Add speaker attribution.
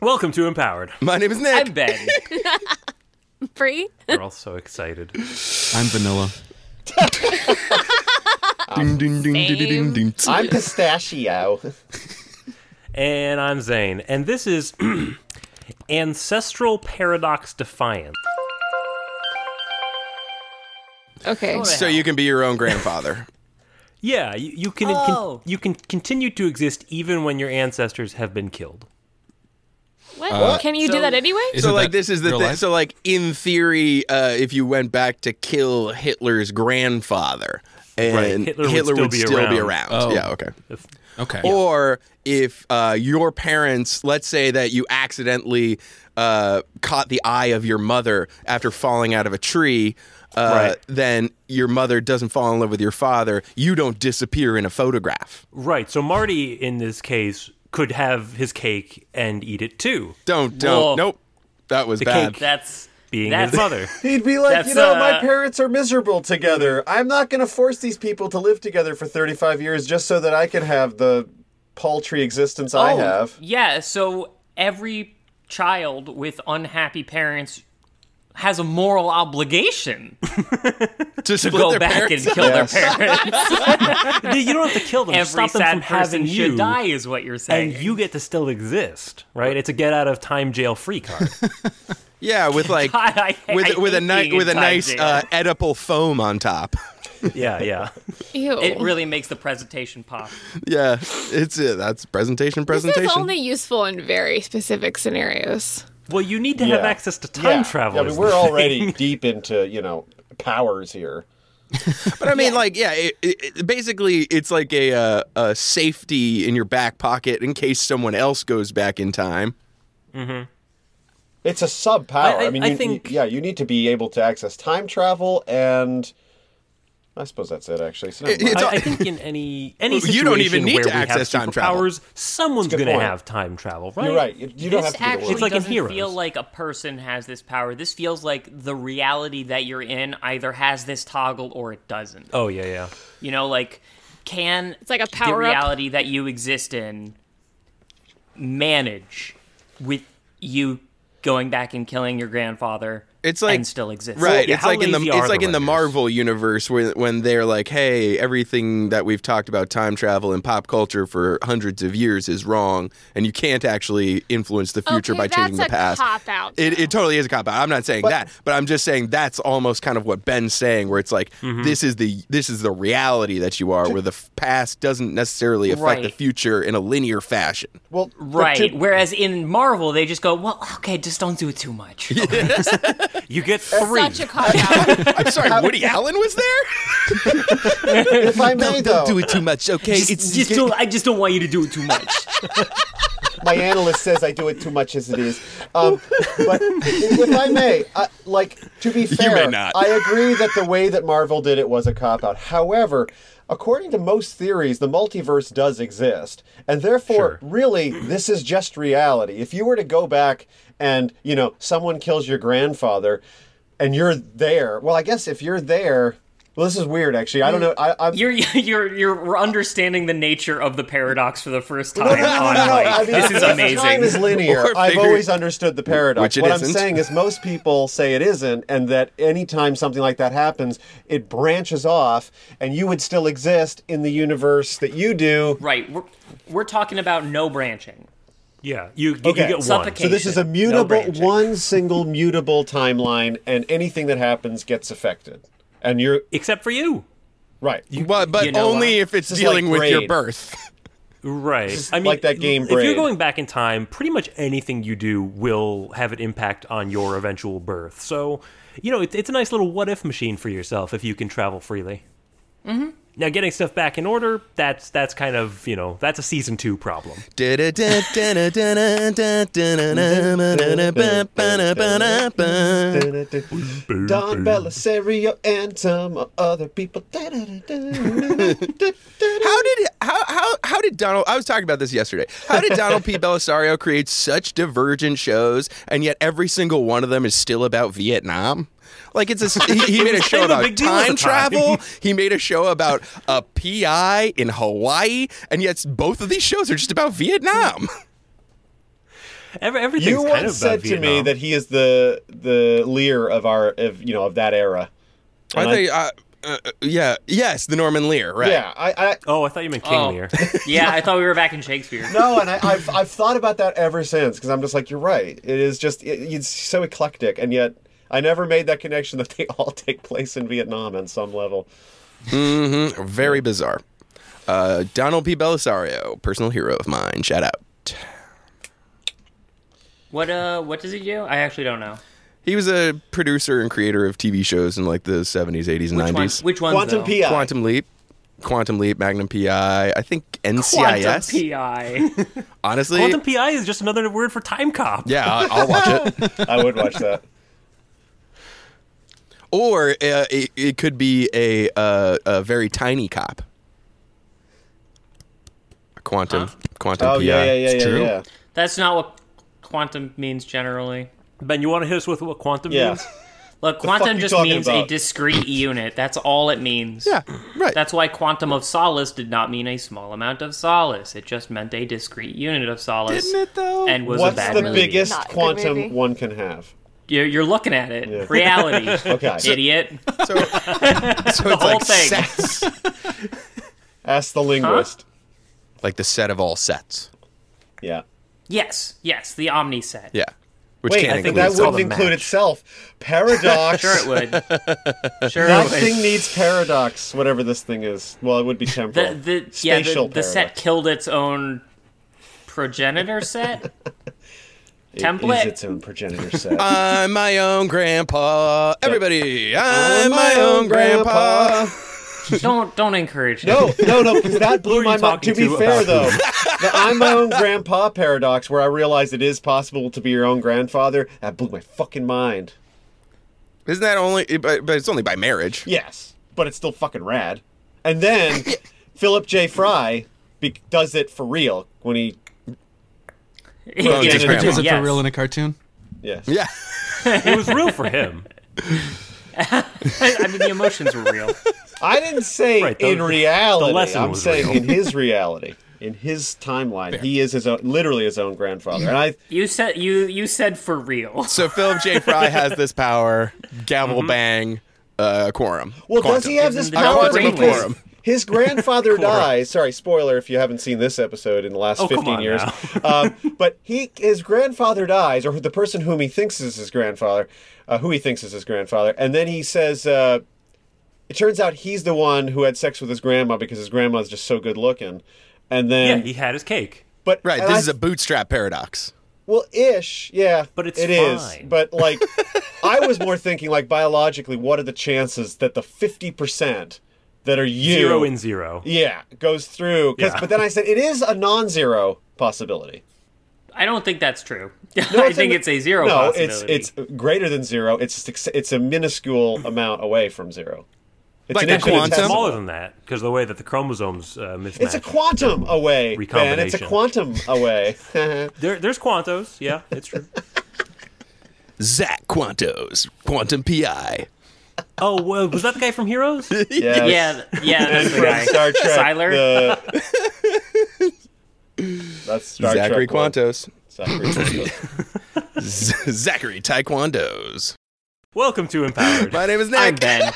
Speaker 1: Welcome to Empowered.
Speaker 2: My name is Nick.
Speaker 3: I'm Ben.
Speaker 4: Free?
Speaker 1: We're all so excited.
Speaker 5: I'm vanilla.
Speaker 2: Ding, ding, ding, ding, ding, ding, ding.
Speaker 3: I'm pistachio.
Speaker 1: And I'm Zane. And this is Ancestral Paradox Defiance.
Speaker 4: Okay.
Speaker 2: So you can be your own grandfather.
Speaker 1: Yeah, you, you can,
Speaker 3: Oh.
Speaker 1: can you can continue to exist even when your ancestors have been killed.
Speaker 4: What?
Speaker 2: Uh,
Speaker 4: Can you do that anyway?
Speaker 5: Isn't
Speaker 2: so like
Speaker 5: that
Speaker 2: this is the
Speaker 5: real
Speaker 2: thing.
Speaker 5: life?
Speaker 2: So like in theory, uh, if you went back to kill Hitler's grandfather, and
Speaker 1: Right, Hitler
Speaker 2: Hitler,
Speaker 1: would still
Speaker 2: would
Speaker 1: be
Speaker 2: still be
Speaker 1: around.
Speaker 2: around.
Speaker 5: Oh.
Speaker 2: Yeah. Okay.
Speaker 5: okay.
Speaker 2: Or if uh, your parents, let's say that you accidentally uh, caught the eye of your mother after falling out of a tree, uh,
Speaker 1: Right.
Speaker 2: then your mother doesn't fall in love with your father. You don't disappear in a photograph.
Speaker 1: Right. So Marty in this case could have his cake and eat it too,
Speaker 2: Don't don't.
Speaker 3: Whoa.
Speaker 2: Nope. That was
Speaker 1: The
Speaker 2: bad.
Speaker 1: cake.
Speaker 3: That's
Speaker 1: being
Speaker 3: that's,
Speaker 1: his mother.
Speaker 6: He'd be like,
Speaker 3: That's,
Speaker 6: you know, my
Speaker 3: uh,
Speaker 6: parents are miserable together. I'm not going to force these people to live together for 35 years just so that I can have the paltry existence I
Speaker 3: Oh,
Speaker 6: have.
Speaker 3: Yeah, so every child with unhappy parents has a moral obligation
Speaker 2: To
Speaker 3: to
Speaker 2: split
Speaker 3: go
Speaker 2: their
Speaker 3: back
Speaker 2: parents
Speaker 3: and kill
Speaker 6: Yes.
Speaker 3: their parents.
Speaker 1: you you don't have to kill them.
Speaker 3: every
Speaker 1: Stop them
Speaker 3: sad
Speaker 1: from
Speaker 3: person
Speaker 1: having
Speaker 3: should
Speaker 1: you.
Speaker 3: die is what you're saying.
Speaker 1: And you get to still exist, right? It's a get out of time jail free card.
Speaker 2: Yeah, with like
Speaker 3: God, I- I
Speaker 2: with
Speaker 3: hate
Speaker 2: with a nice
Speaker 3: being in
Speaker 2: with a
Speaker 3: time
Speaker 2: nice
Speaker 3: jail.
Speaker 2: uh, edible foam on top.
Speaker 1: yeah, yeah.
Speaker 4: Ew.
Speaker 3: it really makes the presentation pop.
Speaker 2: yeah, it's it. That's presentation.
Speaker 4: this
Speaker 2: Presentation.
Speaker 4: is only useful in very specific scenarios.
Speaker 1: Well, you need to have
Speaker 6: Yeah.
Speaker 1: access to time
Speaker 6: yeah.
Speaker 1: travel.
Speaker 6: Yeah, I
Speaker 1: is
Speaker 6: mean,
Speaker 1: the
Speaker 6: we're
Speaker 1: thing.
Speaker 6: already deep into, you know, powers here.
Speaker 2: but I mean, like, yeah, it, it, it- basically, it's like a, uh a safety in your back pocket in case someone else goes back in time.
Speaker 6: It's a sub power.
Speaker 1: I-
Speaker 6: I, mean,
Speaker 1: I
Speaker 6: you,
Speaker 1: think-
Speaker 6: yeah, you need to be able to access time travel and. I suppose that's it, actually. So never
Speaker 2: It-
Speaker 6: mind.
Speaker 2: it's
Speaker 1: I,
Speaker 2: all-
Speaker 1: I think in any any
Speaker 2: Well,
Speaker 1: situation
Speaker 2: you don't even need
Speaker 1: where
Speaker 2: to
Speaker 1: we have
Speaker 2: access time travel.
Speaker 1: superpowers, someone's
Speaker 6: good
Speaker 1: going to
Speaker 6: point.
Speaker 1: have time travel, right?
Speaker 6: You're right. You, you don't have
Speaker 3: this
Speaker 6: to be the
Speaker 3: actually
Speaker 6: worst.
Speaker 1: It's like in
Speaker 3: doesn't feel
Speaker 1: Heroes.
Speaker 3: like a person has this power. This feels like the reality that you're in either has this toggle or it doesn't.
Speaker 1: Oh yeah, yeah.
Speaker 3: You know, like can it's
Speaker 4: like a power-up.
Speaker 3: the reality that you exist in manage with you going back and killing your grandfather
Speaker 2: It's like
Speaker 3: and still exist.
Speaker 2: Right.
Speaker 1: yeah,
Speaker 2: it's
Speaker 1: how
Speaker 2: like in the
Speaker 1: lazy are
Speaker 2: it's
Speaker 1: the
Speaker 2: like in the
Speaker 1: writers?
Speaker 2: Marvel universe where when they're like, hey, everything that we've talked about time travel and pop culture for hundreds of years is wrong, and you can't actually influence the future
Speaker 4: Okay,
Speaker 2: by changing
Speaker 4: that's
Speaker 2: the
Speaker 4: a
Speaker 2: past.
Speaker 4: cop-out,
Speaker 2: It, it
Speaker 4: though.
Speaker 2: totally is a cop out. I'm not saying that, but I'm just saying that's almost kind of what Ben's saying, where it's like this is the this is the reality that you are, where the f- past doesn't necessarily affect the
Speaker 3: Right.
Speaker 2: future in a linear fashion.
Speaker 6: well, well, to-
Speaker 3: Right. Whereas in Marvel they just go, Well, okay, just don't do it too much. Okay.
Speaker 1: You get three.
Speaker 4: Such a cop out.
Speaker 2: I'm sorry, Woody Allen was there.
Speaker 6: if I may, though,
Speaker 2: it too much, okay? It's
Speaker 3: just don't I just don't want you to do it too much.
Speaker 6: my analyst says I do it too much as it is. Um, but if I may, I, like to be fair,
Speaker 2: may not.
Speaker 6: I agree that the way that Marvel did it was a cop out. However, according to most theories, the multiverse does exist, and therefore, really, this is just reality. If you were to go back and you know someone kills your grandfather, and you're there, well, I guess if you're there. Well, this is weird, actually. I don't
Speaker 2: Hmm.
Speaker 6: know. I, I'm,
Speaker 3: You're you're you're understanding the nature of the paradox for the first time. on, like,
Speaker 6: I mean,
Speaker 3: this is
Speaker 6: if Time is
Speaker 3: amazing.
Speaker 6: linear.
Speaker 2: Or
Speaker 6: I've
Speaker 2: figure-
Speaker 6: always understood the paradox.
Speaker 2: Which it
Speaker 6: what I'm
Speaker 2: isn't.
Speaker 6: saying is, most people say it isn't, and that anytime something like that happens, it branches off, and you would still exist in the universe that you do.
Speaker 3: Right. We're we're talking about no branching.
Speaker 1: yeah, you get,
Speaker 6: Okay.
Speaker 1: you get one.
Speaker 3: Suffocation.
Speaker 6: So this is a
Speaker 3: No
Speaker 6: mutable,
Speaker 3: branching.
Speaker 6: one single mutable timeline, and anything that happens gets affected. And you're
Speaker 1: except for you.
Speaker 6: right.
Speaker 2: but but
Speaker 3: You know
Speaker 2: only
Speaker 3: what?
Speaker 2: if it's
Speaker 6: This is
Speaker 2: dealing
Speaker 6: like
Speaker 2: with your
Speaker 6: Braid.
Speaker 2: birth.
Speaker 1: Right. I mean,
Speaker 6: like that game
Speaker 1: If you're
Speaker 6: Braid.
Speaker 1: going back in time, pretty much anything you do will have an impact on your eventual birth. So, you know, it's, it's a nice little what if machine for yourself if you can travel freely. Mm-hmm. Now, getting stuff back in order, that's that's kind of, you know, that's a season two problem.
Speaker 2: That's
Speaker 6: Don Belisario and some other people.
Speaker 2: How did how, how how did Donald? I was talking about this yesterday. How did Donald P. Belisario create such divergent shows, and yet every single one of them is still about Vietnam? Like it's a he, he made a show
Speaker 1: kind of a
Speaker 2: about
Speaker 1: big deal at
Speaker 2: time
Speaker 1: the time.
Speaker 2: travel. He made a show about a PI in Hawaii, and yet both of these shows are just about Vietnam.
Speaker 1: Every, everything's
Speaker 6: You
Speaker 1: kind of
Speaker 6: once
Speaker 1: about
Speaker 6: said to me
Speaker 1: Vietnam.
Speaker 6: that he is the the Lear of our of you know of that era.
Speaker 2: I
Speaker 6: And
Speaker 2: think, uh, uh, yeah, yes, the Norman Lear, right?
Speaker 6: Yeah, I, I
Speaker 1: Oh, I thought you meant King
Speaker 3: Oh.
Speaker 1: Lear.
Speaker 3: yeah, I thought we were back in Shakespeare.
Speaker 6: no, and I, I've I've thought about that ever since because I'm just like you're right. It is just it, it's so eclectic, and yet I never made that connection that they all take place in Vietnam on some level.
Speaker 2: Mm, Very bizarre. Uh, Donald P. Belisario, personal hero of mine. Shout out.
Speaker 3: What uh, what does he do? I actually don't know.
Speaker 2: He was a producer and creator of TV shows in like the 70s, 80s, and
Speaker 3: Which
Speaker 2: 90s.
Speaker 3: one? Which one's
Speaker 6: Quantum
Speaker 3: though?
Speaker 6: PI.
Speaker 2: Quantum Leap. Quantum Leap, Magnum PI, I think
Speaker 3: Quantum
Speaker 2: NCIS.
Speaker 3: PI.
Speaker 2: Honestly,
Speaker 1: Quantum PI is just another word for time cop.
Speaker 2: yeah, I- I'll watch it.
Speaker 6: I would watch that.
Speaker 2: Or uh, it, it could be a, uh, a very tiny cop. Quantum, Quantum
Speaker 6: Oh
Speaker 2: PI.
Speaker 6: yeah, yeah, yeah, yeah,
Speaker 5: it's true.
Speaker 6: yeah.
Speaker 3: That's not what quantum means generally.
Speaker 1: Ben, you want to hit us with what quantum
Speaker 6: Yeah.
Speaker 1: means?
Speaker 3: Look,
Speaker 6: fuck
Speaker 3: quantum
Speaker 6: you
Speaker 3: just
Speaker 6: talking
Speaker 3: means a
Speaker 6: about?
Speaker 3: discrete unit. That's all it means.
Speaker 2: Yeah, right.
Speaker 3: That's why quantum of solace did not mean a small amount of solace. It just meant a discrete unit of solace.
Speaker 2: Isn't it though?
Speaker 3: And was a
Speaker 6: What's
Speaker 3: bad
Speaker 6: the
Speaker 3: movie.
Speaker 6: biggest
Speaker 4: Not a good movie.
Speaker 6: quantum one can have?
Speaker 3: You're, you're looking at it.
Speaker 6: Yeah.
Speaker 3: Reality.
Speaker 6: Okay.
Speaker 3: Idiot.
Speaker 2: so, so it's
Speaker 3: whole
Speaker 2: like
Speaker 3: thing.
Speaker 2: sets,
Speaker 6: Ask the linguist.
Speaker 2: like the set of all sets.
Speaker 6: Yeah.
Speaker 3: Yes, yes, the Omni set.
Speaker 2: Yeah, which
Speaker 6: Wait,
Speaker 2: can't
Speaker 6: I think
Speaker 2: include
Speaker 6: that
Speaker 1: it's called
Speaker 6: wouldn't
Speaker 1: a
Speaker 6: include
Speaker 1: match.
Speaker 6: itself. Paradox.
Speaker 3: Sure it would. Sure
Speaker 6: Nothing
Speaker 3: it would.
Speaker 6: needs paradox, whatever this thing is. Well, it would be temporal.
Speaker 3: The, the, yeah,
Speaker 6: Spatial
Speaker 3: the, the set
Speaker 6: paradox.
Speaker 3: killed its own progenitor set?
Speaker 6: It is
Speaker 3: template?
Speaker 6: its own progenitor set.
Speaker 2: I'm my own grandpa. Everybody, I'm, my, own grandpa.
Speaker 3: don't don't encourage him.
Speaker 6: No, no, no, because that blew
Speaker 1: Who are
Speaker 6: my
Speaker 1: you
Speaker 6: mind.
Speaker 1: talking
Speaker 6: To be
Speaker 1: to
Speaker 6: fair,
Speaker 1: about
Speaker 6: though, the I'm my own grandpa paradox, where I realized it is possible to be your own grandfather, that blew my fucking mind.
Speaker 2: Isn't that only? But, but it's only by marriage.
Speaker 6: Yes, but it's still fucking rad. And then Philip J. Fry be- does it for real when he.
Speaker 3: Yeah,
Speaker 2: it's his
Speaker 3: yeah,
Speaker 2: grandma.
Speaker 5: Is it
Speaker 3: yes.
Speaker 5: for real in a cartoon?
Speaker 6: Yes.
Speaker 2: Yeah,
Speaker 1: It was real for him.
Speaker 3: I mean, the emotions were real.
Speaker 6: I didn't say
Speaker 1: Right, the-
Speaker 6: in
Speaker 1: the
Speaker 6: reality.
Speaker 1: lesson
Speaker 6: I'm
Speaker 1: was
Speaker 6: saying
Speaker 1: real.
Speaker 6: in his reality, in his timeline, he is his own, literally his own grandfather. And I,
Speaker 3: You said you you said for real.
Speaker 2: So Philip J. Fry has this power, gavel bang, uh, quorum.
Speaker 6: well, does
Speaker 2: Quantum.
Speaker 6: he have this
Speaker 3: Isn't it
Speaker 6: power?
Speaker 3: quantum of
Speaker 6: because
Speaker 2: quorum?
Speaker 6: His grandfather dies. Sorry, spoiler if you haven't seen this episode in the last
Speaker 1: Oh, come
Speaker 6: 15
Speaker 1: on
Speaker 6: years.
Speaker 1: now.
Speaker 6: um, but he, his grandfather dies, or the person whom he thinks is his grandfather, uh, who he thinks is his grandfather, and then he says, uh, it turns out he's the one who had sex with his grandma because his grandma's just so good looking. And
Speaker 1: Yeah,
Speaker 6: then,
Speaker 1: he had his cake.
Speaker 6: but
Speaker 2: Right.
Speaker 6: and
Speaker 2: This
Speaker 6: I
Speaker 2: is a bootstrap paradox.
Speaker 6: Well, ish, yeah.
Speaker 1: But it's
Speaker 6: it is.
Speaker 1: fine.
Speaker 6: But like, I was more thinking like biologically, what are the chances that the fifty percent that are you
Speaker 1: Zero in zero.
Speaker 6: yeah goes through? 'Cause-
Speaker 1: Yeah.
Speaker 6: But then I said it is a non-zero possibility.
Speaker 3: I don't think that's true.
Speaker 6: No,
Speaker 3: I think
Speaker 6: in-
Speaker 3: it's a zero
Speaker 6: No, it's
Speaker 3: possibility.
Speaker 6: it's greater than zero. It's just- it's a minuscule amount away from zero. It's
Speaker 2: Like
Speaker 6: an
Speaker 2: a
Speaker 6: infinitesimal.
Speaker 2: quantum?
Speaker 1: Smaller than that because the way that the chromosomes uh, mismatch.
Speaker 6: It's a quantum away, Ben. It's a
Speaker 1: Recombination.
Speaker 6: quantum away.
Speaker 1: There, there's quantos. Yeah, it's true.
Speaker 2: Zach Quantos, Quantum PI.
Speaker 1: oh, well, was that the guy from Heroes?
Speaker 6: yes.
Speaker 3: yeah, th- yeah, that's the
Speaker 6: from
Speaker 3: guy.
Speaker 6: Star Trek.
Speaker 3: Siler?
Speaker 6: the- That's Star
Speaker 2: Zachary
Speaker 6: Trek one.
Speaker 2: Quantos.
Speaker 6: Zachary Quantos.
Speaker 2: Z- Zachary Taekwondos.
Speaker 1: Welcome to Empowered.
Speaker 2: My name is Nick.
Speaker 3: I'm Ben.